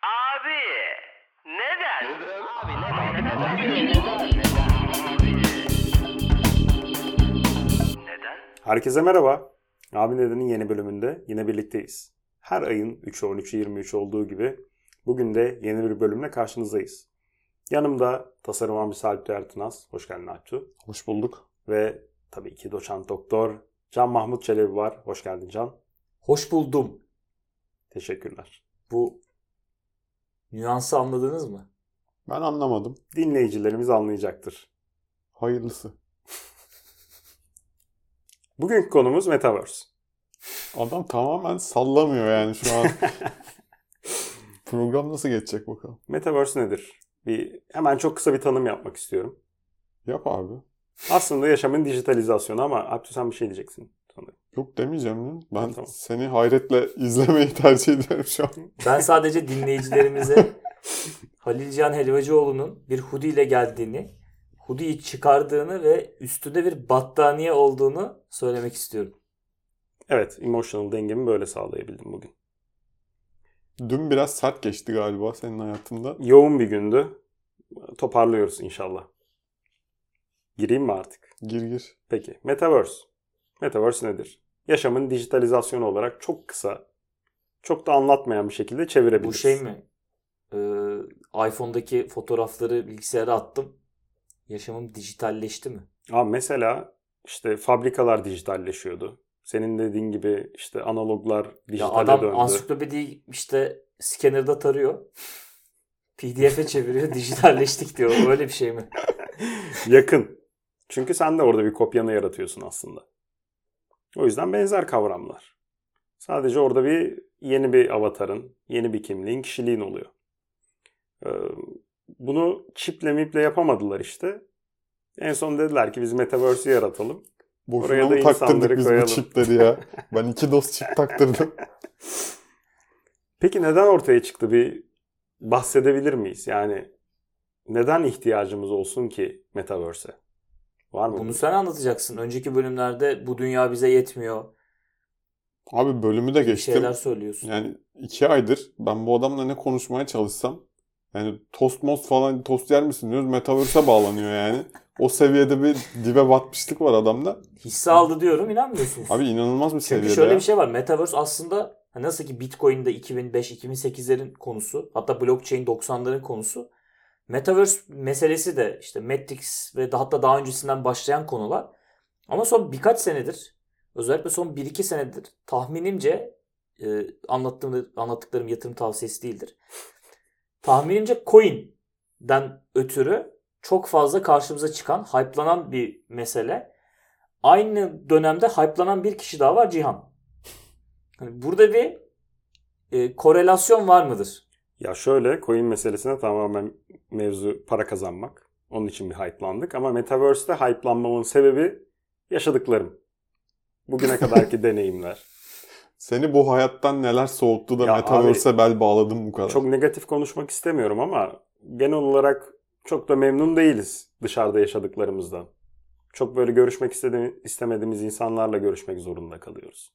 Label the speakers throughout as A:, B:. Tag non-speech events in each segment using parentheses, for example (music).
A: Abi neden? Abi neden? Neden?
B: Herkese merhaba. Abi Neden'in yeni bölümünde yine birlikteyiz. Her ayın 3'ü 13'ü 23 olduğu gibi bugün de yeni bir bölümle karşınızdayız. Yanımda tasarım amcası Alptu Ertinaz. Hoş geldin Alptu.
C: Hoş bulduk.
B: Ve tabii ki doçent doktor Can Mahmut Çelebi var. Hoş geldin Can.
C: Hoş buldum.
B: Teşekkürler.
C: Bu nüansı anladınız mı?
D: Ben anlamadım.
B: Dinleyicilerimiz anlayacaktır.
D: Hayırlısı.
B: Bugünkü konumuz Metaverse.
D: Adam tamamen sallamıyor yani
B: (laughs)
D: şu an. Program nasıl geçecek bakalım.
B: Metaverse nedir? Bir, hemen çok kısa bir tanım yapmak istiyorum.
D: Yap abi.
B: Aslında yaşamın dijitalizasyonu ama Alptu sen bir şey diyeceksin. sanırım.
D: Yok demeyeceğim. lan. Ben
B: Tamam.
D: seni hayretle izlemeyi tercih ediyorum şu an.
C: Ben
B: (laughs)
C: sadece dinleyicilerimize Halil Can Helvacıoğlu'nun bir hoodie ile geldiğini, hoodie'yi çıkardığını ve üstünde bir battaniye olduğunu söylemek istiyorum.
B: Evet, emotional dengemi böyle sağlayabildim bugün.
D: Dün biraz sert geçti galiba senin hayatında.
B: Yoğun bir gündü. Toparlıyoruz inşallah. Gireyim mi artık?
D: Gir gir.
B: Peki, Metaverse. Metaverse nedir? Yaşamın dijitalizasyonu olarak çok kısa, çok da anlatmayan bir şekilde çevirebiliriz.
C: Bu şey mi? Ee, iPhone'daki fotoğrafları bilgisayara attım. Yaşamım dijitalleşti mi?
B: Abi mesela işte fabrikalar dijitalleşiyordu. Senin dediğin gibi işte analoglar
C: Ya
B: dijitale
C: adam
B: döndü.
C: ansiklopediyi işte scanner'da tarıyor. PDF'e çeviriyor, (laughs) dijitalleştik diyor. Öyle bir şey mi?
B: Yakın. Çünkü sen de orada bir kopyanı yaratıyorsun aslında. O yüzden benzer kavramlar. Sadece orada bir yeni bir avatarın, yeni bir kimliğin, kişiliğin oluyor. Ee, Bunu çiple miple yapamadılar işte. En son dediler ki biz Metaverse'i yaratalım. Oraya
D: Boşuna
B: da
D: mı
B: insanları
D: taktırdık biz
B: koyalım.
D: bu çipleri ya? Ben iki doz
B: (laughs)
D: çip taktırdım.
B: Peki neden ortaya çıktı bir bahsedebilir miyiz? Yani neden ihtiyacımız olsun ki Metaverse'e? Var mı?
C: Bunu sen anlatacaksın. Önceki bölümlerde bu dünya bize yetmiyor.
D: Abi bölümü de
C: Bir
D: geçtim.
C: şeyler söylüyorsun.
D: Yani iki aydır ben bu adamla ne konuşmaya çalışsam yani tost most falan tost yer misin diyoruz metaverse'e bağlanıyor yani. O seviyede bir dibe batmışlık var adamda.
C: Hisse aldı diyorum inanmıyorsunuz.
D: Abi inanılmaz bir
C: Çünkü
D: seviyede
C: şöyle
D: ya.
C: bir şey var. Metaverse aslında hani nasıl ki Bitcoin'de 2005-2008'lerin konusu hatta blockchain 90'ların konusu. Metaverse meselesi de işte Matrix ve da- hatta daha öncesinden başlayan konular. Ama son birkaç senedir özellikle son 1-2 senedir tahminimce e, anlattığım, anlattıklarım yatırım tavsiyesi değildir. Tahminimce coin'den ötürü çok fazla karşımıza çıkan, hype'lanan bir mesele. Aynı dönemde hype'lanan bir kişi daha var Cihan. Hani burada bir e, korelasyon var mıdır?
B: Ya şöyle coin meselesine tamamen mevzu para kazanmak. Onun için bir hype'landık ama Metaverse'de hype'lanmamın sebebi yaşadıklarım. Bugüne kadarki deneyimler.
D: Seni bu hayattan neler soğuttu da
B: Ya
D: metaverse'e bel bağladım bu kadar.
B: Çok negatif konuşmak istemiyorum ama genel olarak çok da memnun değiliz dışarıda yaşadıklarımızdan. Çok böyle görüşmek istedi- istemediğimiz insanlarla görüşmek zorunda kalıyoruz.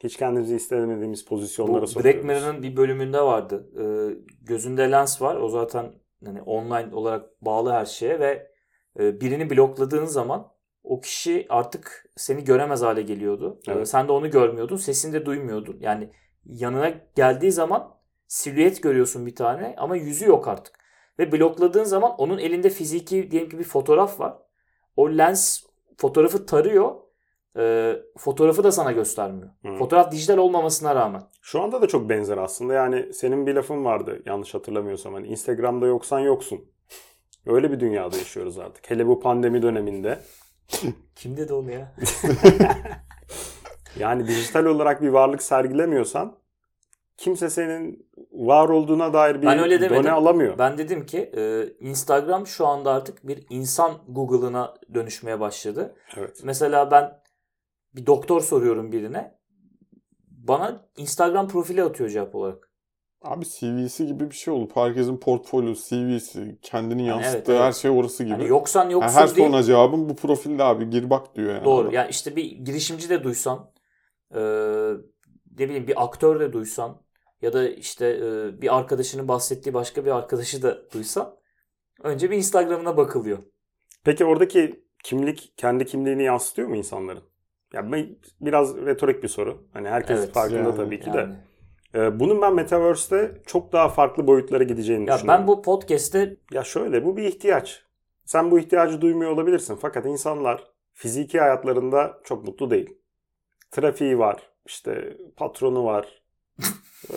B: Hiç kendimizi istemediğimiz
C: Bu
B: pozisyonlara
C: Black
B: sokuyoruz.
C: Mirror'ın bir bölümünde vardı. E, gözünde lens var. O zaten hani online olarak bağlı her şeye ve e, birini blokladığın zaman o kişi artık seni göremez hale geliyordu. E,
B: Evet.
C: sen de onu görmüyordun. Sesini de duymuyordun. Yani yanına geldiği zaman silüet görüyorsun bir tane ama yüzü yok artık. Ve blokladığın zaman onun elinde fiziki diyelim ki bir fotoğraf var. O lens fotoğrafı tarıyor. E, fotoğrafı da sana göstermiyor.
B: Hı.
C: Fotoğraf dijital olmamasına rağmen.
B: Şu anda da çok benzer aslında. Yani senin bir lafın vardı yanlış hatırlamıyorsam. Hani Instagram'da yoksan yoksun. (laughs) Öyle bir dünyada yaşıyoruz artık. Hele bu pandemi döneminde.
C: Kim dedi onu ya?
B: Yani dijital (laughs) olarak bir varlık sergilemiyorsan kimse senin var olduğuna dair bir
C: Ben öyle demedim.
B: done alamıyor.
C: Ben dedim ki e, Instagram şu anda artık bir insan Google'ına dönüşmeye başladı.
B: Evet.
C: Mesela ben bir doktor soruyorum birine. Bana Instagram profili atıyor cevap olarak.
D: Abi CV'si gibi bir şey olup herkesin portfolyo CV'si kendini
C: Yani evet,
D: yansıttığı
C: evet.
D: her şey orası gibi.
C: Yani yoksan
D: Yani
C: yoksun
D: her
C: değil.
D: soruna cevabın bu profilde abi gir bak diyor yani.
C: Doğru.
D: adam.
C: Yani işte bir girişimci de duysan, e, ne bileyim bir aktör de duysan ya da işte e, bir arkadaşının bahsettiği başka bir arkadaşı da duysan önce bir Instagram'ına bakılıyor.
B: Peki oradaki kimlik kendi kimliğini yansıtıyor mu insanların? Ya ben biraz retorik bir soru. Hani herkes
C: Evet,
B: farkında
D: yani,
B: tabii ki
C: Yani.
B: de. Ee, bunun ben Metaverse'de çok daha farklı boyutlara gideceğini
C: Ya
B: düşünüyorum.
C: ben bu podcast'te
B: Ya şöyle bu bir ihtiyaç. Sen bu ihtiyacı duymuyor olabilirsin fakat insanlar fiziki hayatlarında çok mutlu değil. Trafiği var, işte patronu
C: (laughs)
B: var, eee,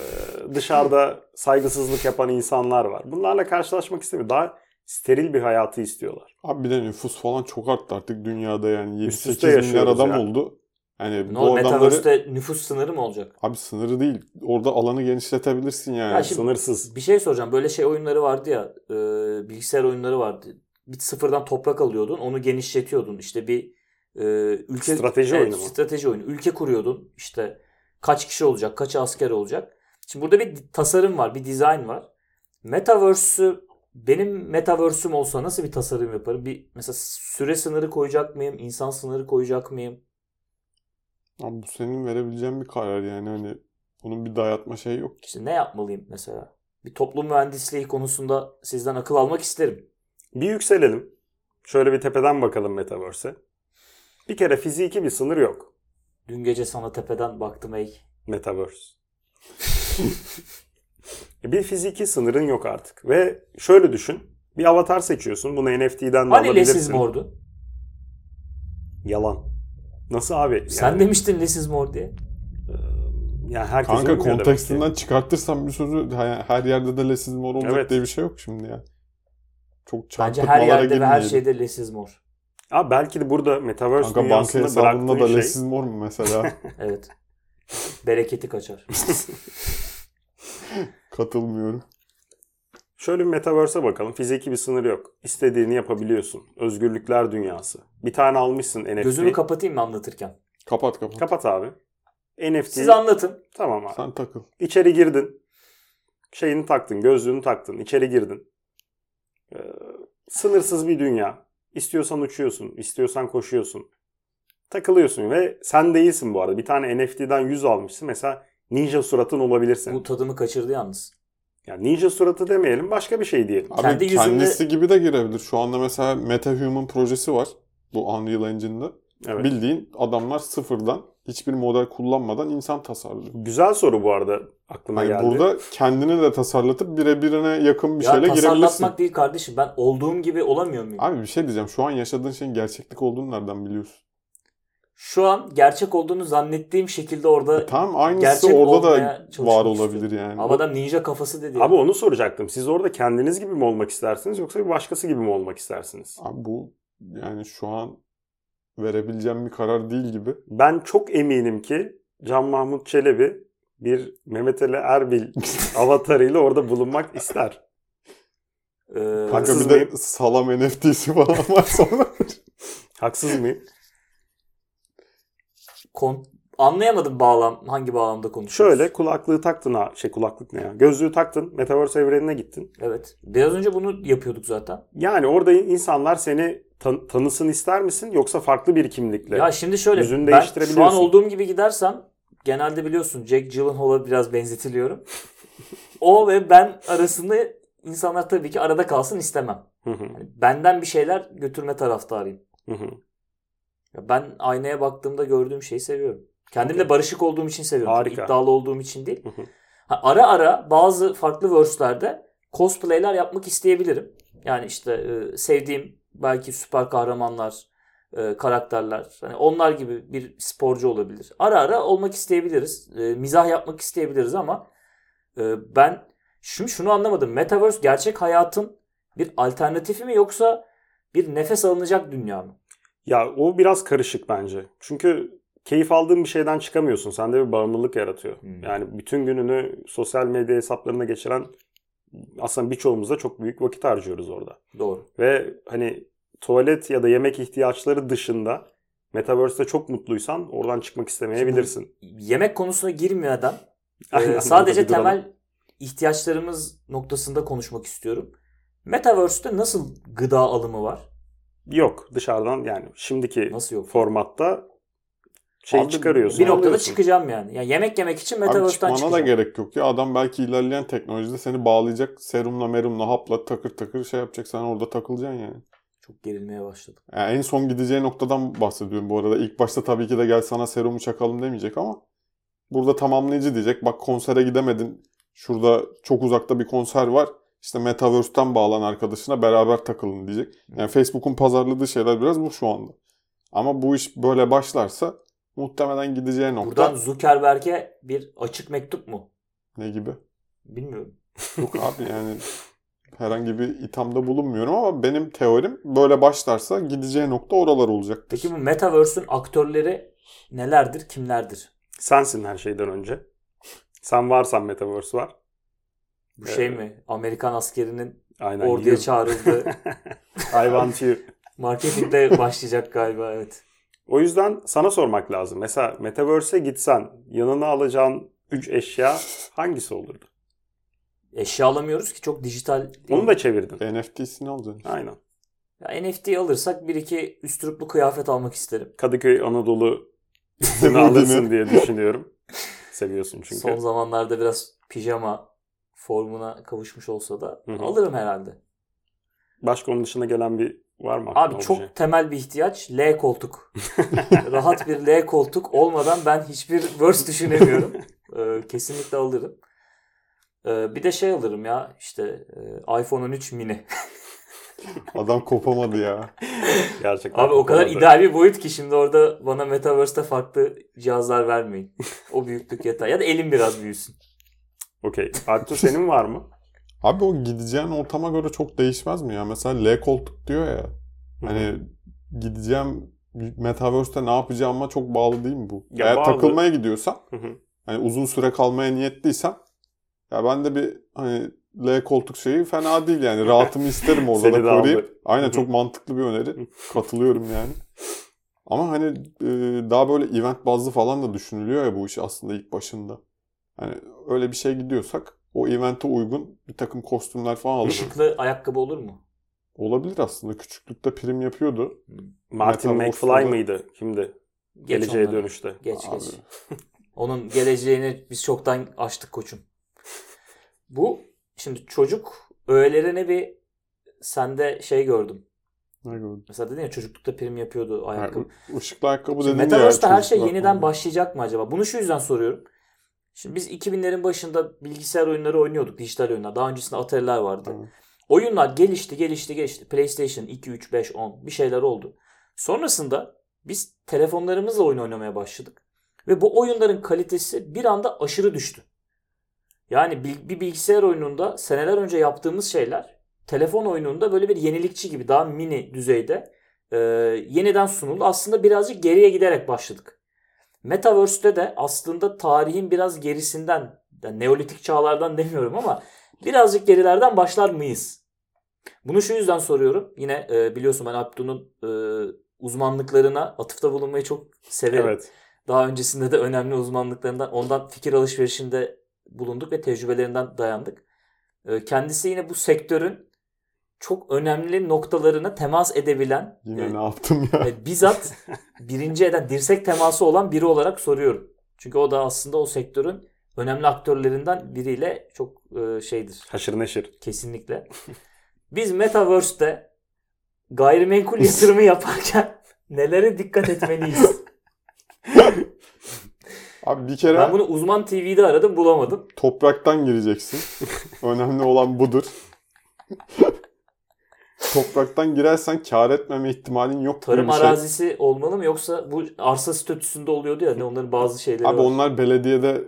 B: dışarıda saygısızlık yapan insanlar var. Bunlarla karşılaşmak istemiyor. Daha steril bir hayatı istiyorlar.
D: Abi bir de nüfus falan çok arttı artık dünyada yani.
B: Üst üste
D: 7-8 milyar
B: yaşıyoruz
D: adam
B: ya.
D: oldu. Yani
C: ne
D: bu
C: olur,
D: adamları...
C: Metaverse'te nüfus sınırı mı olacak?
D: Abi sınırı değil. Orada alanı genişletebilirsin yani.
C: Ya şimdi-
B: Sınırsız.
C: Bir şey soracağım. Böyle şey oyunları vardı ya, e, bilgisayar oyunları vardı. Bir sıfırdan toprak alıyordun, onu genişletiyordun. İşte bir e, ülke
B: Strateji
C: Evet,
B: oyunu mu?
C: Strateji oyunu. Ülke kuruyordun. İşte kaç kişi olacak, kaç asker olacak. Şimdi burada bir tasarım var, bir dizayn var. Metaverse'ü benim metaverse'üm olsa nasıl bir tasarım yaparım? Bir mesela süre sınırı koyacak mıyım? İnsan sınırı koyacak mıyım?
D: Abi bu senin verebileceğin bir karar yani. Hani bunun bir dayatma şeyi yok.
C: İşte ne yapmalıyım mesela? Bir toplum mühendisliği konusunda sizden akıl almak isterim.
B: Bir yükselelim. Şöyle bir tepeden bakalım Metaverse'e. Bir kere fiziki bir sınır yok.
C: Dün gece sana tepeden baktım ey.
B: Metaverse. (laughs) E, bir fiziki sınırın yok artık. Ve şöyle düşün. Bir avatar seçiyorsun. Bunu NFT'den de
C: Hani lesiz
B: alabilirsin.
C: mordu?
B: Yalan. Nasıl abi? Yani,
C: Sen demiştin lesiz mor diye.
B: yani herkesin
D: Kanka
B: bilmiyor demek ki.
D: kontekstinden çıkartırsan bir sözü ha- her yerde de lesizm var olacak
B: Evet.
D: diye bir şey yok şimdi ya. Çok
C: Bence her şey
D: çarpıtmalara
C: yerde ve her
D: girmeyelim.
C: şeyde lesiz mor.
B: Abi belki de burada Metaverse
D: Kanka banka
B: dünyasında
D: hesabında da
B: bıraktığın şey.
D: lesizm var mı mesela? (laughs)
C: Evet. Bereketi kaçar.
D: Katılmıyorum.
B: Şöyle bir Metaverse'e bakalım. Fiziki bir sınır yok. İstediğini yapabiliyorsun. Özgürlükler dünyası. Bir tane almışsın NFT.
C: Gözümü kapatayım mı anlatırken?
D: Kapat kapat.
B: Kapat abi. NFT.
C: Siz
D: şey-
C: anlatın.
B: Tamam abi.
D: Sen takıl.
B: İçeri girdin. Şeyini taktın, gözlüğünü taktın, içeri girdin. Ee, sınırsız bir dünya. İstiyorsan uçuyorsun, istiyorsan koşuyorsun. Takılıyorsun ve sen değilsin bu arada. Bir tane NFT'den 100 almışsın. Mesela ninja suratın olabilirsin.
C: Bu tadımı kaçırdı yalnız.
B: Yani ninja suratı demeyelim, başka bir şey diyelim.
D: Abi
C: Kendi yüzünde-
D: kendisi gibi de girebilir. Şu anda mesela MetaHuman projesi var. Bu Unreal Engine'de.
B: Evet.
D: Bildiğin adamlar sıfırdan hiçbir model kullanmadan insan tasarlıyor.
B: Güzel soru bu arada aklıma
D: Yani
B: geldi.
D: burada kendini de tasarlatıp birebirine yakın bir
C: ya
D: şeyle girebilirsin.
C: tasarlatmak değil kardeşim. Ben olduğum gibi olamıyor muyum?
D: Abi bir şey diyeceğim. Şu an yaşadığın şeyin gerçeklik olduğunu nereden biliyorsun?
C: Şu an gerçek olduğunu zannettiğim şekilde orada
D: Tam aynısı
C: Gerçek
D: orada
C: olmaya
D: da
C: çalışmak
D: var
C: istiyor.
D: olabilir yani.
C: Ama adam ninja kafası dedi. ya.
B: Abi onu soracaktım. Siz orada kendiniz gibi mi olmak istersiniz yoksa bir başkası gibi mi olmak istersiniz?
D: Abi bu yani şu an verebileceğim bir karar değil gibi.
B: Ben çok eminim ki Can Mahmut Çelebi bir Mehmet Ali Erbil avatarıyla orada bulunmak ister.
C: Ee,
D: Kanka
B: Haksız
D: bir de
B: mıyım?
D: salam NFT'si falan var
C: (laughs)
D: sonra.
B: Haksız mıyım?
C: kon- Anlayamadım bağlam hangi bağlamda konuşuyoruz.
B: Şöyle kulaklığı taktın ha şey kulaklık ne ya? Gözlüğü taktın, Metaverse evrenine gittin.
C: Evet. Biraz önce bunu yapıyorduk zaten.
B: Yani orada insanlar seni tan- tanısın ister misin yoksa farklı bir kimlikle?
C: Ya şimdi şöyle
B: Yüzünü
C: ben şu an
B: değiştirebiliyorsun.
C: olduğum gibi gidersem genelde biliyorsun Jack Gyllenhaal'a biraz benzetiliyorum. o ve ben arasında insanlar tabii ki arada kalsın istemem.
B: Hı hı,
C: Yani benden bir şeyler götürme taraftarıyım.
B: hı hı.
C: Ya ben aynaya baktığımda gördüğüm şeyi seviyorum. Kendimle barışık olduğum için seviyorum. Çok
B: Harika.
C: İddialı olduğum için değil.
B: Hı hı.
C: Ha, ara ara bazı farklı verse'lerde cosplay'ler yapmak isteyebilirim. Yani işte e, sevdiğim belki süper kahramanlar, e, karakterler. Hani onlar gibi bir sporcu olabilir. Ara ara olmak isteyebiliriz. E, mizah yapmak isteyebiliriz ama e, ben şimdi şunu anlamadım. Metaverse gerçek hayatın bir alternatifi mi yoksa bir nefes alınacak dünya mı?
B: Ya o biraz karışık bence. Çünkü keyif aldığın bir şeyden çıkamıyorsun. Sende bir bağımlılık yaratıyor.
C: Hmm.
B: Yani bütün gününü sosyal medya hesaplarına geçiren aslında birçoğumuz da çok büyük vakit harcıyoruz orada.
C: Doğru.
B: Ve hani tuvalet ya da yemek ihtiyaçları dışında Metaverse'te çok mutluysan oradan çıkmak istemeyebilirsin.
C: yemek konusuna girmeden
D: (laughs)
C: e,
B: (laughs) Aynen,
C: sadece
B: orada bir duralım.
C: temel ihtiyaçlarımız noktasında konuşmak istiyorum. Metaverse'te nasıl gıda alımı var?
B: Yok dışarıdan yani şimdiki
C: Nasıl yok?
B: formatta şey
D: Abi,
B: çıkarıyorsun.
C: Bir
D: Ne
C: noktada
D: yapıyorsun?
C: çıkacağım yani. Yani yemek yemek için
D: Abi
C: Metaverse'den
D: çıkmana da
C: çıkacağım.
D: gerek yok ya. Adam belki ilerleyen teknolojide seni bağlayacak. Serumla merumla hapla takır takır şey yapacak. Sen orada takılacaksın yani.
C: Çok gerilmeye başladım.
D: Yani en son gideceği noktadan bahsediyorum bu arada. İlk başta tabii ki de gel sana serumu çakalım demeyecek ama burada tamamlayıcı diyecek. Bak konsere gidemedin. Şurada çok uzakta bir konser var. İşte Metaverse'ten bağlan arkadaşına beraber takılın diyecek. Yani Facebook'un pazarladığı şeyler biraz bu şu anda. Ama bu iş böyle başlarsa muhtemelen gideceği nokta
C: Buradan Zuckerberg'e bir açık mektup mu?
D: ne gibi?
C: Bilmiyorum.
D: Yok abi yani herhangi bir ithamda bulunmuyorum ama benim teorim böyle başlarsa gideceği nokta oralar olacaktır.
C: Peki bu Metaverse'ün aktörleri nelerdir, kimlerdir?
B: Sensin her şeyden önce. Sen varsan Metaverse var.
C: Bu şey mi? Amerikan askerinin
B: Aynen.
C: orduya
B: you.
C: çağrıldığı
D: (laughs)
B: (laughs) I want you.
C: marketingde başlayacak galiba evet.
B: O yüzden sana sormak lazım. Mesela Metaverse'e gitsen yanına alacağın 3 eşya hangisi olurdu?
C: Eşya alamıyoruz ki çok dijital. değil.
B: Onu da çevirdin.
D: NFT'sini alacaksın.
B: Aynen.
C: Ya NFT alırsak bir iki üstürüplü kıyafet almak isterim.
B: Kadıköy
C: (laughs)
B: Anadolu
D: Değil mi?
B: alırsın diye düşünüyorum. Seviyorsun çünkü.
C: Son zamanlarda biraz pijama formuna kavuşmuş olsa da
B: Hı hı.
C: alırım herhalde.
B: Başka onun dışına gelen bir var mı?
C: Abi
B: aklına
C: çok
B: olacak?
C: temel bir ihtiyaç
B: (laughs)
C: L koltuk. Rahat bir L koltuk olmadan ben hiçbir verse düşünemiyorum.
B: (laughs)
C: Ee, kesinlikle alırım. Ee, bir de şey alırım ya işte e, iPhone
B: (laughs)
C: 13 mini.
D: Adam kopamadı ya.
B: Gerçekten
C: Abi o kadar
B: orada.
C: ideal bir boyut ki şimdi orada bana Metaverse'te farklı cihazlar vermeyin. O büyüklük yeter. Ya da elim biraz büyüsün.
B: Okey. Alptu senin var
C: (laughs)
B: mı?
D: Abi o gideceğin ortama göre çok değişmez mi ya? Mesela L koltuk diyor ya. Hani gideceğim Metaverse'te ne yapacağıma çok bağlı değil mi bu?
B: Ya
D: Eğer
B: bağlı.
D: takılmaya gidiyorsam
B: Hı hı.
D: hani uzun süre kalmaya niyetliysem ya ben de bir hani L koltuk şeyi fena değil yani. Rahatımı isterim orada
B: Seni
D: da
B: de
D: koruyayım.
B: aldı.
D: Aynen çok mantıklı bir öneri. Katılıyorum yani. Ama hani e, daha böyle event bazlı falan da düşünülüyor ya bu iş aslında ilk başında. Hani öyle bir şey gidiyorsak o evente uygun bir takım kostümler falan
B: (laughs)
D: alırım.
C: Işıklı ayakkabı olur mu?
D: Olabilir aslında. Küçüklükte prim yapıyordu.
B: Martin
D: Metaverse'da-
B: McFly mıydı? Kimdi?
C: Geç
B: Geleceğe
C: onları.
B: dönüşte.
C: Geç
D: Abi.
C: geç. (laughs) Onun geleceğini biz çoktan açtık koçum. Bu şimdi çocuk öğelerine bir sende şey gördüm.
D: Ne gördün?
C: Mesela dedin ya çocuklukta prim yapıyordu ayakkabı.
D: Yani ışıklı ayakkabı dedin ya.
C: Metaverse'de her şey
D: çocuklar
C: yeniden
D: falan.
C: başlayacak mı acaba? Bunu şu yüzden soruyorum. Şimdi biz 2000'lerin başında bilgisayar oyunları oynuyorduk, dijital oyunlar. Daha öncesinde Atari'ler vardı.
D: Evet.
C: Oyunlar gelişti, gelişti, gelişti. PlayStation 2, 3, 5, 10 bir şeyler oldu. Sonrasında biz telefonlarımızla oyun oynamaya başladık. Ve bu oyunların kalitesi bir anda aşırı düştü. Yani bil- bir bilgisayar oyununda seneler önce yaptığımız şeyler telefon oyununda böyle bir yenilikçi gibi daha mini düzeyde e, yeniden sunuldu. Aslında birazcık geriye giderek başladık. Metaverse'de de aslında tarihin biraz gerisinden, yani Neolitik çağlardan (laughs) demiyorum ama birazcık gerilerden başlar mıyız? Bunu şu yüzden soruyorum. Yine e, biliyorsun ben Abdu'nun e, uzmanlıklarına atıfta bulunmayı çok severim
B: Evet.
C: daha öncesinde de önemli uzmanlıklarından ondan fikir alışverişinde bulunduk ve tecrübelerinden dayandık. Ee, Kendisi yine bu sektörün çok önemli noktalarına temas edebilen
D: Yine
C: e,
D: ne yaptım
C: (laughs)
D: ya?
C: e, bizzat birinci eden dirsek teması olan biri olarak soruyorum. Çünkü o da aslında o sektörün önemli aktörlerinden biriyle çok e, şeydir
B: Haşır neşir.
C: kesinlikle. Biz Metaverse'de gayrimenkul yatırımı yaparken (laughs) nelere dikkat etmeliyiz?
D: Abi bir kere
C: Ben bunu uzman TV'de aradım bulamadım.
D: topraktan gireceksin.
C: (laughs)
D: Önemli olan budur. (laughs) topraktan girersen kar etmeme ihtimalin yok. gibi
C: Tarım
D: bir şey.
C: arazisi olmalı mı yoksa bu arsa statüsünde oluyordu ya hani onların bazı şeyleri
D: Abi
C: var. (laughs)
D: onlar belediyede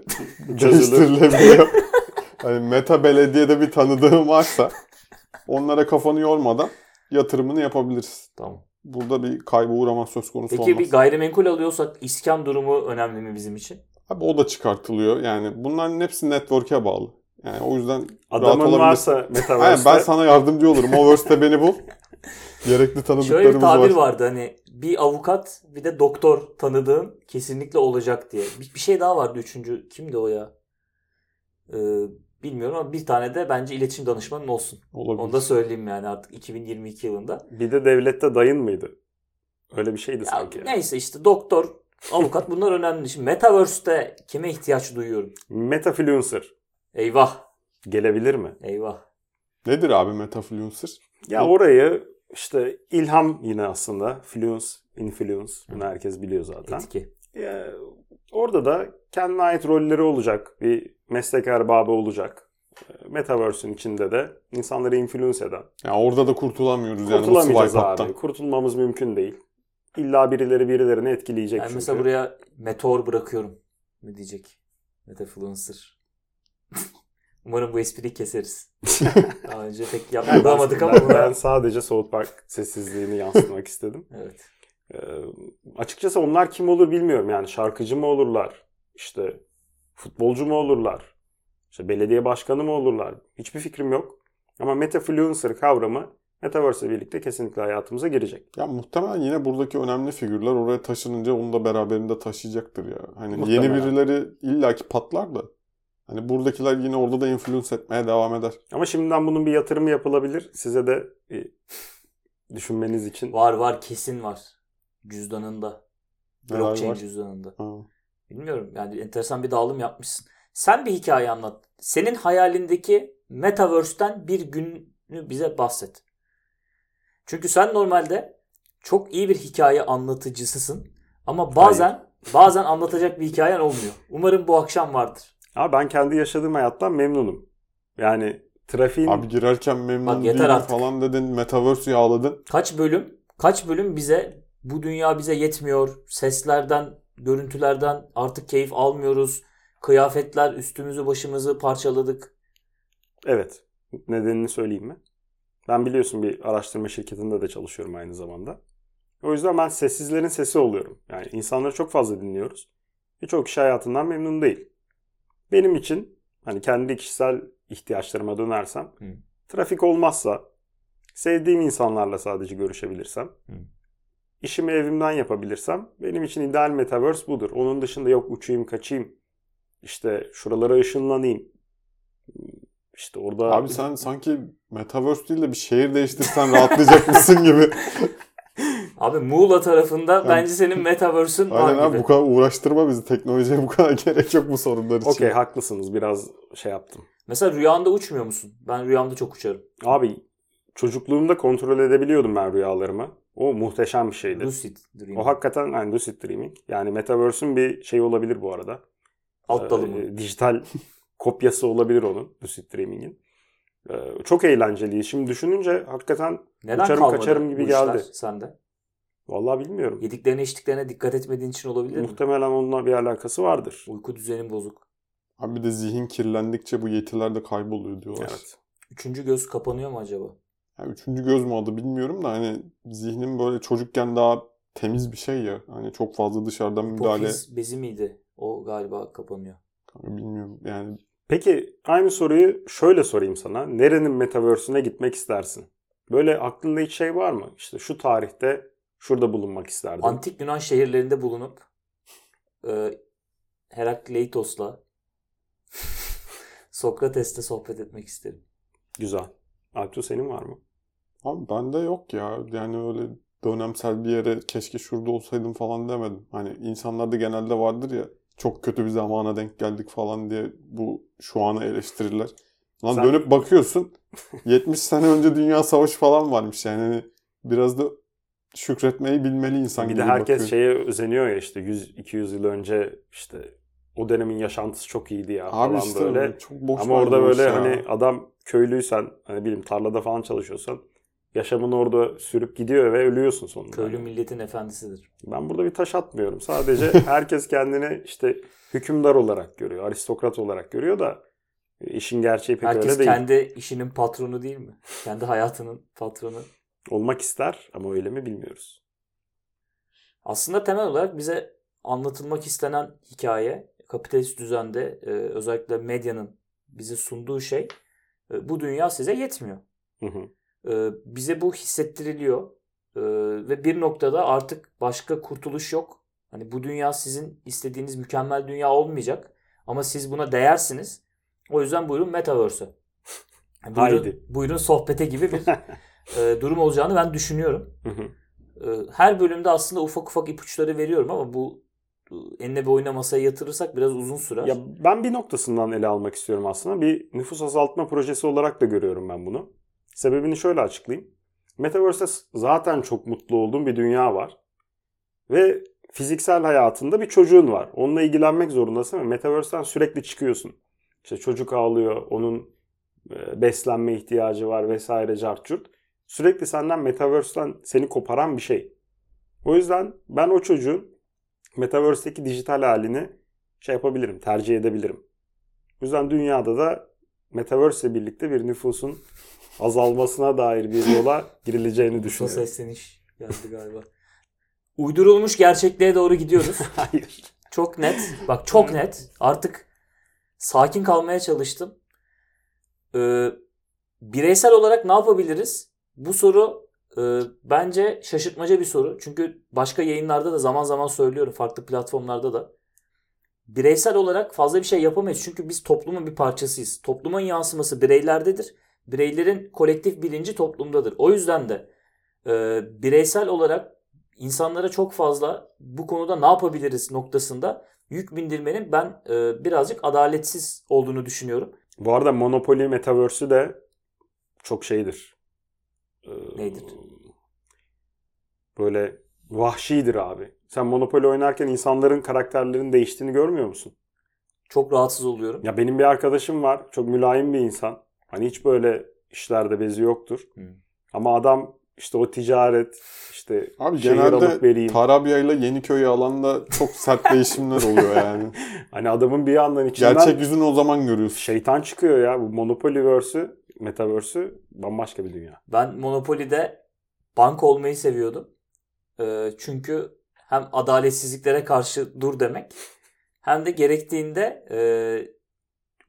B: Çözülür.
D: değiştirilebiliyor. (laughs) hani meta belediyede bir tanıdığın varsa onlara kafanı yormadan yatırımını yapabilirsin.
C: Tamam.
D: Burada bir kayba uğraman söz konusu
C: Peki
D: olmaz.
C: bir gayrimenkul alıyorsak iskan durumu önemli mi bizim için?
D: Abi o da çıkartılıyor. Yani bunların hepsi network'e bağlı. Yani o yüzden
B: Adamın
C: (laughs)
D: olabilirsin.
B: varsa
D: Aynen,
B: Metaverse'de
D: ben sana yardımcı olurum. O verse'te beni bul. Gerekli
C: Şöyle bir
D: tanıdıklarımız
C: tabir
D: var.
C: vardı hani bir avukat bir de doktor tanıdığın kesinlikle olacak diye. Bir, bir şey daha vardı üçüncü kimdi o ya? Ee, bilmiyorum ama bir tane de bence iletişim danışmanın olsun.
D: Olabilir.
C: Onu da söyleyeyim yani artık 2022 yılında.
B: bir de devlette dayın mıydı? Öyle bir şeydi
C: Ya,
B: sanki.
C: neyse işte doktor Avukat bunlar önemli. Şimdi Metaverse'te kime ihtiyaç duyuyorum?
B: Metafluencer
C: Eyvah.
B: gelebilir mi?
C: Eyvah.
D: Nedir abi metafluencer?
B: Ya orayı işte ilham yine aslında. Fluence, influence. Bunu herkes biliyor zaten.
C: Etki.
B: Ya, orada da kendine ait rolleri olacak. Bir meslek erbabı olacak. E, Metaverse'ün içinde de insanları influence eden.
D: Ya orada da kurtulamıyoruz yani bu
B: Kurtulamayacağız
D: swipe
B: abi.
D: up'tan.
B: Kurtulmamız mümkün değil. İlla birileri birilerini etkileyecek
C: Ben
B: çünkü.
C: mesela buraya meteor bırakıyorum. Ne diyecek? Metafluencer. (laughs) Umarım bu espriyi keseriz. Daha önce pek (laughs) yapmadık ama
B: Ben- ben
C: buna...
B: sadece South Park sessizliğini yansıtmak istedim.
C: Evet.
B: Ee, açıkçası onlar kim olur bilmiyorum. Yani şarkıcı mı olurlar? İşte futbolcu mu olurlar? İşte belediye başkanı mı olurlar? Hiçbir fikrim yok. Ama metafluencer kavramı Metaverse ile birlikte kesinlikle hayatımıza girecek.
D: Ya muhtemelen yine buradaki önemli figürler oraya taşınınca onu da beraberinde taşıyacaktır ya. Hani
B: Muhtemelen.
D: yeni birileri illaki patlar da. Hani buradakiler yine orada da influence etmeye devam eder.
B: Ama şimdiden bunun bir yatırımı yapılabilir. Size de bir düşünmeniz için.
C: Var var kesin var. Cüzdanında.
D: Neler
C: Blockchain
D: var?
C: cüzdanında.
D: Ha.
C: Bilmiyorum yani enteresan bir dağılım yapmışsın. Sen bir hikaye anlat. Senin hayalindeki Metaverse'ten bir günü bize bahset. Çünkü sen normalde çok iyi bir hikaye anlatıcısısın ama bazen bazen anlatacak bir hikayen olmuyor. Umarım bu akşam vardır.
B: Ama ben kendi yaşadığım hayattan memnunum. Yani trafiğin
D: Abi girerken memnun
C: Bak yeter
D: değilim
C: artık.
D: falan dedin. Metaverse yağladın.
C: Kaç bölüm? Kaç bölüm bize bu dünya bize yetmiyor. Seslerden, görüntülerden artık keyif almıyoruz. Kıyafetler üstümüzü başımızı parçaladık.
B: Evet. Nedenini söyleyeyim mi? Ben biliyorsun bir araştırma şirketinde de çalışıyorum aynı zamanda. O yüzden ben sessizlerin sesi oluyorum. Yani insanları çok fazla dinliyoruz. Birçok kişi hayatından memnun değil. Benim için hani kendi kişisel ihtiyaçlarıma dönersem
C: Hı.
B: trafik olmazsa sevdiğim insanlarla sadece görüşebilirsem
C: Hı.
B: işimi evimden yapabilirsem benim için ideal metaverse budur. Onun dışında yok uçayım kaçayım işte şuralara ışınlanayım işte orada
D: Abi sen sanki Metaverse değil de bir şehir değiştirsen rahatlayacakmışsın gibi.
C: Abi Muğla tarafında bence senin Metaverse'ün var
D: (laughs) Aynen
C: gibi.
D: abi bu kadar uğraştırma bizi. Teknolojiye bu kadar (laughs) gerek yok bu sorunlar için.
B: Okey haklısınız biraz şey yaptım.
C: Mesela rüyanda uçmuyor musun? Ben rüyamda çok uçarım.
B: Abi çocukluğumda kontrol edebiliyordum ben rüyalarımı. O muhteşem bir şeydi.
C: Lucid Dream.
B: O hakikaten yani lucid dreaming. Yani Metaverse'ün bir şey olabilir bu arada.
C: Alt dalı mı?
B: Ee, dijital (laughs) kopyası olabilir onun lucid dreaming'in. Ee, çok eğlenceliydi. Şimdi düşününce hakikaten
C: Neden
B: uçarım
C: kalmadı
B: kaçarım gibi
C: bu işler
B: geldi.
C: sende?
B: vallahi bilmiyorum.
C: Yediklerine içtiklerine dikkat etmediğin için olabilir mi?
B: Muhtemelen onunla bir alakası vardır.
C: Uyku düzenin bozuk.
D: Abi bir de zihin kirlendikçe bu yetiler de kayboluyor diyorlar.
B: Evet.
C: Üçüncü göz kapanıyor mu acaba?
D: Yani üçüncü göz mü adı bilmiyorum da hani zihnim böyle çocukken daha temiz bir şey ya. Hani çok fazla dışarıdan müdahale
C: Hipofiz bezi miydi? O galiba kapanıyor.
D: bilmiyorum yani.
B: Peki aynı soruyu şöyle sorayım sana. Nerenin metaverse'üne gitmek istersin? Böyle aklında hiç şey var mı? İşte şu tarihte şurada bulunmak isterdim.
C: Antik Yunan şehirlerinde bulunup e, (laughs) Herakleitos'la Sokrates'le sohbet etmek isterim.
B: Güzel. Alptu senin var mı?
D: Abi bende yok ya. Yani öyle dönemsel bir yere keşke şurada olsaydım falan demedim. Hani insanlarda genelde vardır ya çok kötü bir zamana denk geldik falan diye bu şu anı eleştirirler. Lan
B: Sen-
D: dönüp bakıyorsun 70 sene önce dünya savaşı falan varmış yani. Hani Biraz da şükretmeyi bilmeli insan
B: bir de
D: gibi
B: herkes şey
D: bakıyor.
B: şeye özeniyor ya işte 100-200 yıl önce işte o dönemin yaşantısı çok iyiydi ya
D: Abi
B: falan
D: işte
B: böyle.
D: çok boş
B: Ama orada
D: harcamış
B: böyle
D: ya.
B: hani adam köylüysen hani bileyim tarlada falan çalışıyorsan yaşamını orada sürüp gidiyor ve ölüyorsun sonunda.
C: Köylü milletin efendisidir.
B: Ben burada bir taş atmıyorum.
C: (laughs)
B: Sadece herkes kendini işte hükümdar olarak görüyor, aristokrat olarak görüyor da e, işin gerçeği pek
C: Herkes
B: öyle değil.
C: kendi işinin patronu değil mi? (laughs) Kendi hayatının patronu.
B: Olmak ister ama öyle mi bilmiyoruz.
C: Aslında temel olarak bize anlatılmak istenen hikaye kapitalist düzende e, özellikle medyanın bize sunduğu şey e, bu dünya size yetmiyor.
B: Hı hı.
C: E, bize bu hissettiriliyor E, ve bir noktada artık başka kurtuluş yok. Hani bu dünya sizin istediğiniz mükemmel dünya olmayacak ama siz buna değersiniz. O yüzden buyurun metaverse'e. (laughs) Buyurun,
B: Haydi.
C: buyurun sohbete
B: (laughs)
C: gibi bir e, durum olacağını ben düşünüyorum. Ee,
B: Hı hı.
C: E, her bölümde aslında ufak ufak ipuçları veriyorum ama bu eline bir oyuna masaya yatırırsak biraz uzun sürer.
B: Ya ben bir noktasından ele almak istiyorum aslında. Bir nüfus azaltma projesi olarak da görüyorum ben bunu. Sebebini şöyle açıklayayım. Metaverse'te s- zaten çok mutlu olduğum bir dünya var. Ve fiziksel hayatında bir çocuğun var. Onunla ilgilenmek zorundasın ve Metaverse'ten sürekli çıkıyorsun. İşte çocuk ağlıyor, onun e, beslenme ihtiyacı var vesaire cart curt. Sürekli senden Metaverse'ten seni koparan bir şey. O yüzden ben o çocuğun Metaverse'teki dijital halini şey yapabilirim, tercih edebilirim. O yüzden dünyada da Metaverse ile birlikte bir nüfusun azalmasına dair bir yola girileceğini
C: Kısa
B: düşünüyorum.
C: sesleniş geldi galiba. Uydurulmuş gerçekliğe doğru gidiyoruz.
B: (laughs) Hayır.
C: Çok net. Bak çok net. Artık sakin kalmaya çalıştım. Ee, bireysel olarak ne yapabiliriz? Bu soru e, bence şaşırtmaca bir soru. Çünkü başka yayınlarda da zaman zaman söylüyorum. Farklı platformlarda da. Bireysel olarak fazla bir şey yapamayız. Çünkü biz toplumun bir parçasıyız. Toplumun yansıması bireylerdedir. Bireylerin kolektif bilinci toplumdadır. O yüzden de e, bireysel olarak insanlara çok fazla bu konuda ne yapabiliriz noktasında yük bindirmenin ben e, birazcık adaletsiz olduğunu düşünüyorum.
B: Bu arada Monopoly Metaverse'ü de çok şeydir. Ee,
C: Neydir?
B: Böyle vahşidir abi. Sen Monopoly oynarken insanların karakterlerinin değiştiğini görmüyor musun?
C: Çok rahatsız oluyorum.
B: Ya benim bir arkadaşım var. Çok mülayim bir insan. Hani hiç böyle işlerde bezi yoktur.
C: Hı.
B: Ama adam işte o ticaret, işte
D: Abi
B: şehir alıp
D: genelde
B: vereyim.
D: Tarabya ile Yeniköy alanda çok sert değişimler
B: (laughs)
D: oluyor yani.
B: hani adamın bir yandan içinden
D: Gerçek yüzünü o zaman görüyorsun.
B: şeytan çıkıyor ya. Bu Monopoly verse'ü, Metaverse'ü bambaşka bir dünya.
C: Ben Monopoly'de banka olmayı seviyordum. E, çünkü hem adaletsizliklere karşı dur demek hem de gerektiğinde e,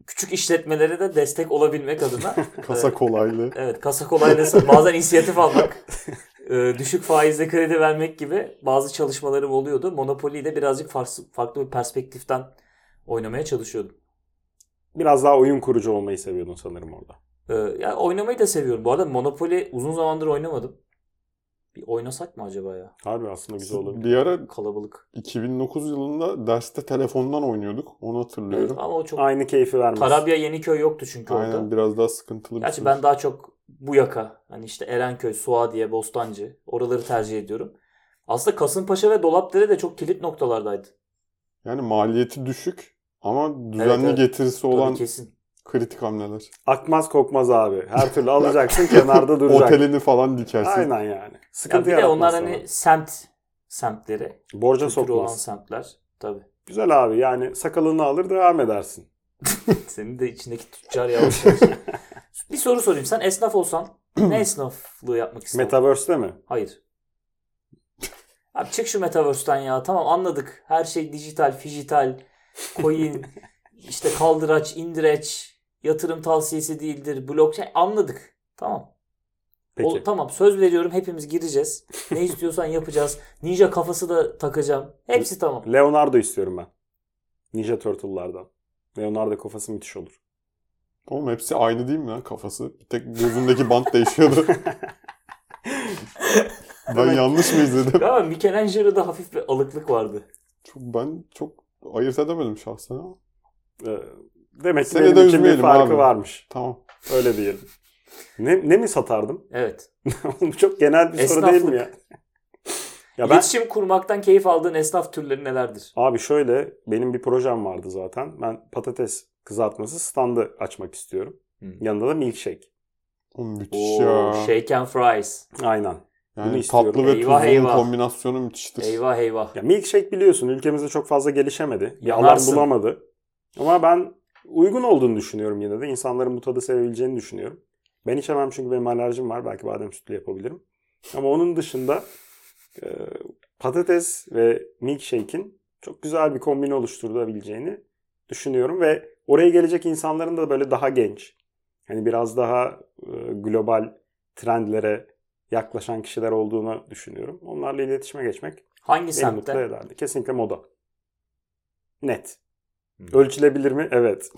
C: küçük işletmelere de destek olabilmek adına
D: Kasa kolaylığı.
C: Evet kasa kolaylığı bazen inisiyatif almak, e, düşük faizle kredi vermek gibi bazı çalışmalarım oluyordu. Monopoly ile birazcık farklı, farklı bir perspektiften oynamaya çalışıyordum.
B: Biraz daha oyun kurucu olmayı seviyordun sanırım orada.
C: E, yani oynamayı da seviyorum. Bu arada Monopoly uzun zamandır oynamadım. Bir oynasak mı acaba ya?
B: Harbi aslında güzel olabilir.
D: Bir ara
C: Kalabalık.
D: 2009 yılında derste telefondan oynuyorduk. Onu hatırlıyorum.
C: Ama o çok...
B: Aynı keyfi vermez.
C: Tarabya Yeniköy yoktu çünkü orada.
D: Aynen biraz daha sıkıntılı bir
C: Gerçi
D: süreç.
C: ben daha çok bu yaka hani işte Erenköy, Suadiye, Bostancı oraları tercih ediyorum. Aslında Kasımpaşa ve Dolapdere de çok kilit noktalardaydı.
D: Yani maliyeti düşük ama düzenli
C: Evet, evet.
D: getirisi
C: Tabii
D: olan
C: kesin.
D: kritik hamleler.
B: Akmaz kokmaz abi. Her türlü alacaksın kenarda duracak.
D: Otelini falan dikersin.
B: Aynen yani.
C: Ya
B: Sıkıntı
C: bir de
B: yaratmaz
C: onlar
B: sana.
C: hani semt semtleri.
B: Borca
C: Kültürü olan
B: sokmaz.
C: semtler. Tabii.
B: Güzel abi yani sakalını alır devam edersin.
C: Senin de içindeki tüccar yavaş
D: (laughs)
C: yavaş. bir soru sorayım. Sen esnaf olsan
D: (clears throat)
C: ne esnaflığı yapmak isterdin?
B: Metaverse'de mi?
C: Hayır. Abi çık şu metaverse'ten ya. Tamam anladık. Her şey dijital, fijital,
D: (laughs)
C: coin, işte kaldıraç, indireç, yatırım tavsiyesi değildir, blockchain anladık. Tamam.
B: Peki.
C: Ol- tamam söz veriyorum hepimiz gireceğiz. Ne istiyorsan yapacağız. Ninja kafası da takacağım. Hepsi tamam.
B: Leonardo istiyorum ben. Ninja Turtle'lardan. Leonardo kafası müthiş olur.
D: Oğlum hepsi aynı değil mi lan kafası? Bir tek gözündeki bant değişiyordu.
C: (laughs)
D: ben yanlış mı izledim?
C: Galiba Michelangelo'da hafif bir alıklık vardı.
D: Çok, ben çok ayırt edemedim şahsen ama.
B: Ee, Demek ki
D: Seni de
B: benim için bir
D: üzmeyelim
B: farkı
D: abi.
B: varmış.
D: Tamam.
B: Öyle diyelim. Ne, ne mi satardım? (laughs)
C: Evet.
B: Oğlum Çok genel bir soru değil mi ya? (laughs) ya ben
C: İletişim kurmaktan keyif aldığın esnaf türleri nelerdir?
B: Abi şöyle benim bir projem vardı zaten. Ben patates kızartması standı açmak istiyorum.
C: Hı.
B: Yanında da milkshake.
D: Oğlum müthiş
C: Oo,
D: ya.
C: shake and fries.
B: Aynen. bunu
D: yani
B: istiyorum.
D: tatlı ve
C: Eyvah,
D: tuzlunun
C: eyvah.
D: kombinasyonu müthiştir.
C: Eyvah eyvah.
B: Ya milkshake biliyorsun ülkemizde çok fazla gelişemedi. Bir alan
C: Yanarsın.
B: bulamadı. Ama ben uygun olduğunu düşünüyorum yine de. İnsanların bu tadı sevebileceğini düşünüyorum. Ben içemem çünkü benim alerjim var. Belki badem sütlü yapabilirim. Ama onun dışında e, patates ve milkshake'in çok güzel bir kombin oluşturabileceğini düşünüyorum ve oraya gelecek insanların da böyle daha genç, hani biraz daha e, global trendlere yaklaşan kişiler olduğunu düşünüyorum. Onlarla iletişime geçmek
C: Hangi
B: Beni mutlu
C: semtte?
B: ederdi. Kesinlikle moda. Net.
C: Hmm.
B: Ölçülebilir mi?
C: (laughs)
B: Evet.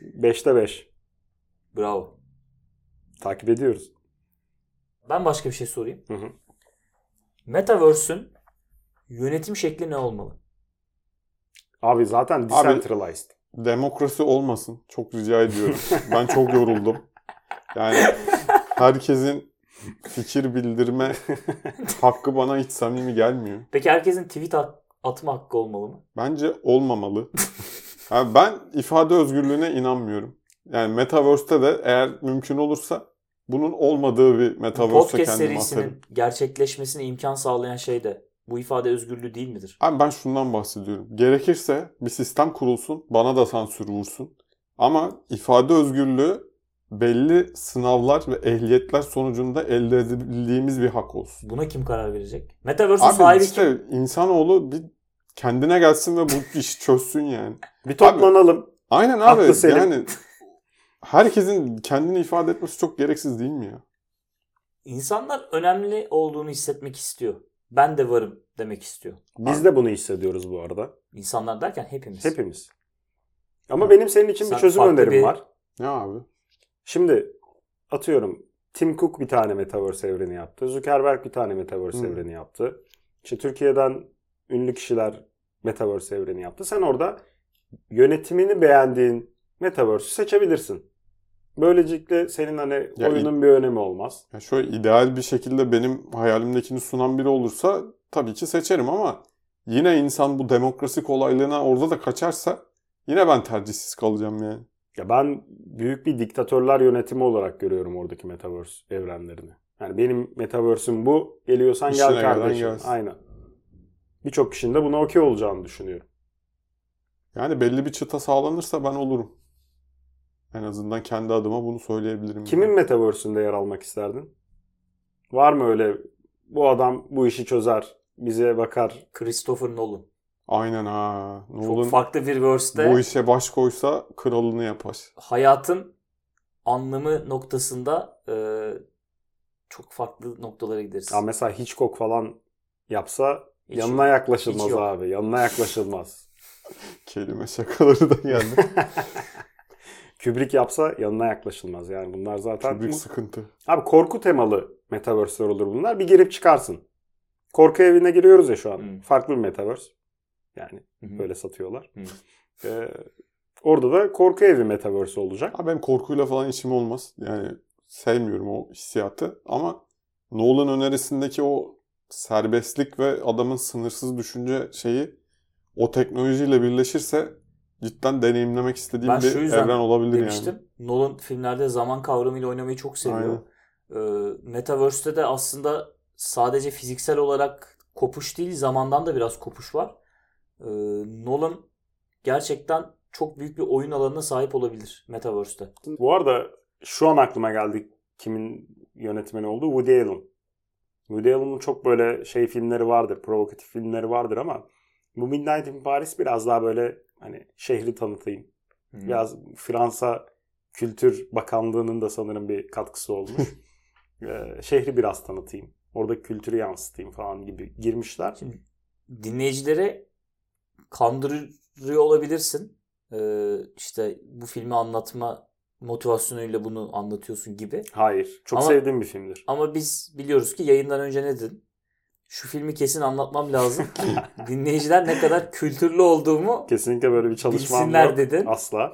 B: Beşte beş.
C: Bravo.
B: Takip ediyoruz.
C: Ben başka bir şey sorayım.
B: Hı hı.
C: Metaverse'ün Yönetim şekli ne olmalı?
B: Abi zaten decentralized.
D: Demokrasi olmasın. Çok rica ediyorum. ben çok yoruldum. Yani herkesin fikir bildirme hakkı bana hiç samimi gelmiyor.
C: Peki herkesin tweet at- atma hakkı olmalı mı?
D: Bence olmamalı. Yani ben ifade özgürlüğüne inanmıyorum. Yani Metaverse'te de eğer mümkün olursa bunun olmadığı bir Metaverse'e
C: Podcast
D: kendimi
C: serisinin
D: atarım.
C: gerçekleşmesine imkan sağlayan şey de bu ifade özgürlüğü değil midir?
D: Abi ben şundan bahsediyorum. Gerekirse bir sistem kurulsun, bana da sansür vursun. Ama ifade özgürlüğü belli sınavlar ve ehliyetler sonucunda elde edebildiğimiz bir hak olsun.
C: Buna kim karar verecek? Metaverse'ün
D: Abi
C: sahibi kim?
D: işte insanoğlu bir kendine gelsin ve
B: (laughs)
D: bu işi çözsün yani.
B: Bir toplanalım.
D: Aynen abi.
B: Haklı Selim.
D: Yani herkesin kendini ifade etmesi çok gereksiz değil mi ya?
C: İnsanlar önemli olduğunu hissetmek istiyor. Ben de varım demek istiyor.
B: Biz de bunu hissediyoruz bu arada.
C: İnsanlar derken hepimiz.
B: Hepimiz. Ama benim senin için
C: Sen
B: bir çözüm
C: farklı
B: önerim
C: bir-
B: var.
D: Ya abi.
B: Şimdi atıyorum Tim Cook bir tane metaverse evreni yaptı. Zuckerberg bir tane metaverse
D: Hı.
B: evreni yaptı. İşte Türkiye'den ünlü kişiler metaverse evreni yaptı. Sen orada yönetimini beğendiğin metaverse'ü seçebilirsin. Böylelikle senin hani
D: Ya
B: oyunun bir önemi olmaz.
D: Ya şöyle ideal bir şekilde benim hayalimdekini sunan biri olursa tabii ki seçerim ama yine insan bu demokrasi kolaylığına orada da kaçarsa yine ben tercihsiz kalacağım yani.
B: Ya ben büyük bir diktatörler yönetimi olarak görüyorum oradaki metaverse evrenlerini. Yani benim metaverse'üm bu. Geliyorsan
D: İşine
B: gel
D: gelen
B: kardeşim.
D: gelsin.
B: Aynen. Birçok kişinin de buna okey olacağını düşünüyorum.
D: Yani belli bir çıta sağlanırsa ben olurum. En azından kendi adıma bunu söyleyebilirim.
B: Kimin
D: yani.
B: metaverse'ünde yer almak isterdin? Var mı öyle bu adam bu işi çözer, bize bakar.
C: Christopher Nolan.
D: Aynen ha.
C: Çok
D: Nolan
C: farklı bir verse'de
D: bu işe baş koysa kralını yapar.
C: hayatın anlamı noktasında e, çok farklı noktalara gideriz.
B: Ya mesela Hitchcock falan yapsa
C: Hiç
B: yanına yaklaşılmaz
C: Hiç yok.
B: abi. Yanına yaklaşılmaz.
D: Kelime şakaları da geldi.
C: (laughs)
B: Kubrick yapsa yanına yaklaşılmaz. Yani bunlar zaten
D: Çok büyük sıkıntı.
B: Abi korku temalı metaverse'ler olur bunlar. Bir girip çıkarsın. Korku evine giriyoruz ya şu an.
C: Hmm.
B: Farklı bir metaverse. Yani
C: Hı hı.
B: böyle satıyorlar.
C: Hmm.
B: Ee, orada da korku evi metaverse olacak.
D: Abi benim korkuyla falan işim olmaz. Yani sevmiyorum o hissiyatı. Ama Nolan önerisindeki o serbestlik ve adamın sınırsız düşünce şeyi o teknolojiyle birleşirse cidden deneyimlemek istediğim
C: Ben
D: bir
C: şu yüzden
D: evren olabilir
C: demiştim. Nolan filmlerde zaman kavramıyla oynamayı çok seviyor. Ee, Metaverse'te de aslında sadece fiziksel olarak kopuş değil zamandan da biraz kopuş var. Ee, Nolan gerçekten çok büyük bir oyun alanına sahip olabilir Metaverse'te.
B: Bu arada şu an aklıma geldi kimin yönetmeni olduğu Woody Allen. Woody Allen'ın çok böyle şey filmleri vardır, provokatif filmleri vardır ama bu Midnight in Paris biraz daha böyle hani şehri tanıtayım.
C: Hmm.
B: Biraz Fransa Kültür Bakanlığı'nın da sanırım bir katkısı
C: (laughs)
B: olmuş. Ee, şehri biraz tanıtayım. Orada kültürü yansıtayım falan gibi girmişler.
C: Şimdi- dinleyicilere kandırıyor olabilirsin. Ee, işte bu filmi anlatma motivasyonuyla bunu anlatıyorsun gibi.
B: Hayır. Çok
C: Ama-
B: sevdiğim bir filmdir.
C: Ama biz biliyoruz ki yayından önce ne dedin? Şu filmi kesin anlatmam lazım ki dinleyiciler ne kadar kültürlü olduğumu
B: Kesinlikle böyle bir çalışmam
C: bilsinler
B: yok.
C: dedin.
B: Asla.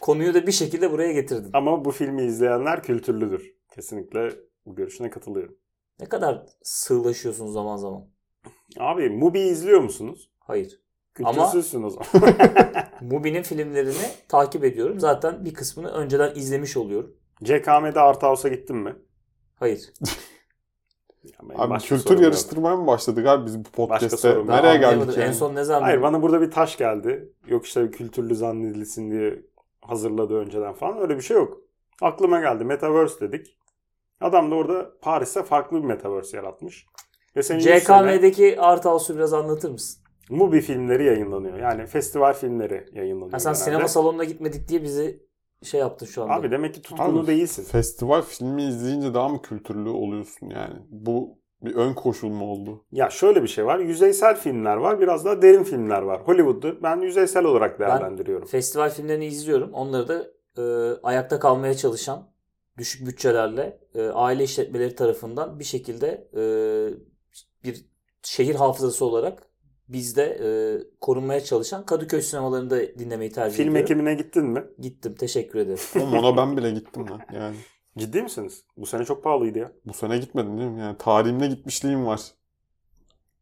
C: Konuyu da bir şekilde buraya getirdin.
B: Ama bu filmi izleyenler kültürlüdür. Kesinlikle bu görüşüne katılıyorum.
C: Ne kadar sığlaşıyorsun zaman zaman.
B: Abi Mubi izliyor musunuz?
C: Hayır. Ama-
B: Kültürsüzsün o zaman. (laughs)
C: Mubi'nin filmlerini takip ediyorum. Zaten bir kısmını önceden izlemiş oluyorum.
B: CKM'de Art House'a gittin mi?
C: Hayır.
B: Ya benim
D: Abi
B: başka
D: kültür
B: sorum yok.
D: yarıştırmaya mı başladık abi biz bu podcast'te?
B: sorum yok.
C: Daha
D: Nereye
C: anlayamadım.
D: geldik yani?
C: En son ne zaman?
B: Hayır bana burada bir taş geldi. Yok işte kültürlü zannedilsin diye hazırladı önceden falan. Öyle bir şey yok. Aklıma geldi. Metaverse dedik. Adam da orada Paris'te farklı bir metaverse yaratmış. Ve senin CKM'de...
C: CKM'deki Art House'u biraz anlatır mısın?
B: Mubi filmleri yayınlanıyor. Yani festival filmleri yayınlanıyor.
C: Ha, sen
B: genelde.
C: sinema salonuna gitmedik diye bizi şey yaptın şu anda.
B: Abi demek ki tutkunu
D: Abi,
B: değilsin.
D: Festival filmi izleyince daha mı kültürlü oluyorsun yani? Bu bir ön koşul mu oldu?
B: Ya şöyle bir şey var. Yüzeysel filmler var. Biraz daha derin filmler var. Hollywood'u ben yüzeysel olarak değerlendiriyorum.
C: Festival filmlerini izliyorum. Onları da e, ayakta kalmaya çalışan düşük bütçelerle e, aile işletmeleri tarafından bir şekilde e, bir şehir hafızası olarak bizde e, korunmaya çalışan Kadıköy sinemalarında dinlemeyi tercih
B: Film
C: ediyorum.
B: ekimine gittin mi?
C: Gittim. Teşekkür ederim.
D: Oğlum ona ben bile gittim lan. Yani
B: Ciddi misiniz? Bu sene çok pahalıydı ya.
D: bu sene gitmedim değil mi? Yani tarihimde gitmişliğim var.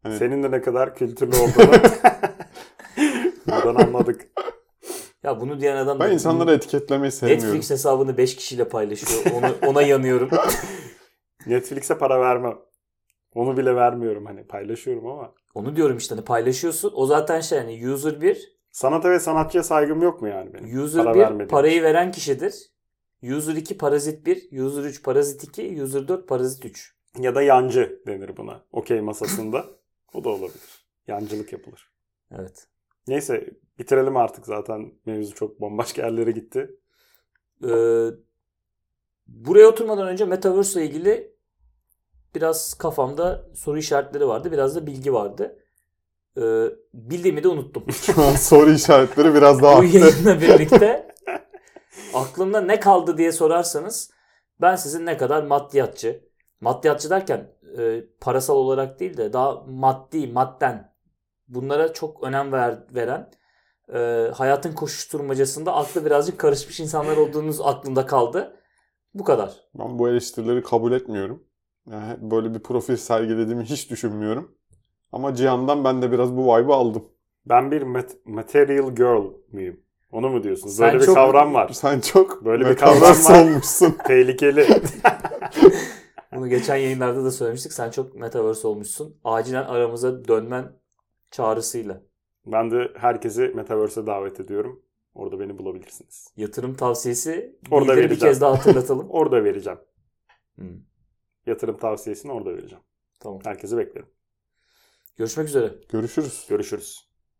D: Evet.
B: Senin de ne kadar kültürlü olduğunu (laughs) buradan anladık.
C: ya bunu diyen adam da-
D: Ben insanları etiketlemeyi sevmiyorum.
C: Netflix hesabını 5 kişiyle paylaşıyor. Onu, ona yanıyorum.
B: Netflix'e para vermem. Onu bile vermiyorum hani paylaşıyorum ama.
C: Onu diyorum işte hani paylaşıyorsun. O zaten şey hani user 1,
B: Sanata ve sanatçıya saygım yok mu yani benim?
C: user
B: Para
C: 1
B: vermediğim
C: parayı veren kişidir. User 2 parazit 1, user 3 parazit 2, user 4 parazit 3.
B: Ya da yancı denir buna. Okey masasında. o da olabilir. Yancılık yapılır.
C: Evet.
B: Neyse bitirelim artık zaten. Mevzu çok bambaşka yerlere gitti.
C: Ee, buraya oturmadan önce Metaverse ile ilgili biraz kafamda soru işaretleri vardı. Biraz da bilgi vardı. Ee, bildiğimi de unuttum.
D: (laughs)
C: (laughs)
D: Şu an soru işaretleri biraz daha
B: Ah.
C: bu
D: arttı.
C: yayınla birlikte
B: (laughs)
C: aklımda ne kaldı diye sorarsanız ben sizin ne kadar maddiyatçı, maddiyatçı derken e, parasal olarak değil de daha maddi, madden bunlara çok önem ver, veren e, hayatın koşuşturmacasında aklı birazcık karışmış insanlar olduğunuz aklımda kaldı. Bu kadar.
D: Ben bu eleştirileri kabul etmiyorum. Yani böyle bir profil sergilediğimi hiç düşünmüyorum. Ama Cihan'dan ben de biraz bu vibe'ı aldım.
B: Ben bir mat- material girl müyüm? Onu mu diyorsunuz?
C: Sen
B: Böyle bir
C: çok-
B: kavram
C: (laughs)
B: var.
D: Sen çok
B: Böyle bir
D: metaverse
B: kavram var.
D: olmuşsun.
B: Tehlikeli.
C: Bunu geçen yayınlarda da söylemiştik. Sen çok metaverse olmuşsun. Acilen aramıza dönmen çağrısıyla.
B: ben de herkesi Metaverse'e davet ediyorum. Orada beni bulabilirsiniz.
C: Yatırım tavsiyesi
B: Orada
C: bilgileri bir
B: vereceğim.
C: kez daha
B: (laughs)
C: hatırlatalım.
B: Orada vereceğim.
C: Hmm.
B: Yatırım tavsiyesini orada vereceğim.
C: Tamam.
B: Herkesi beklerim.
C: Görüşmek üzere.
D: Görüşürüz.
B: Görüşürüz.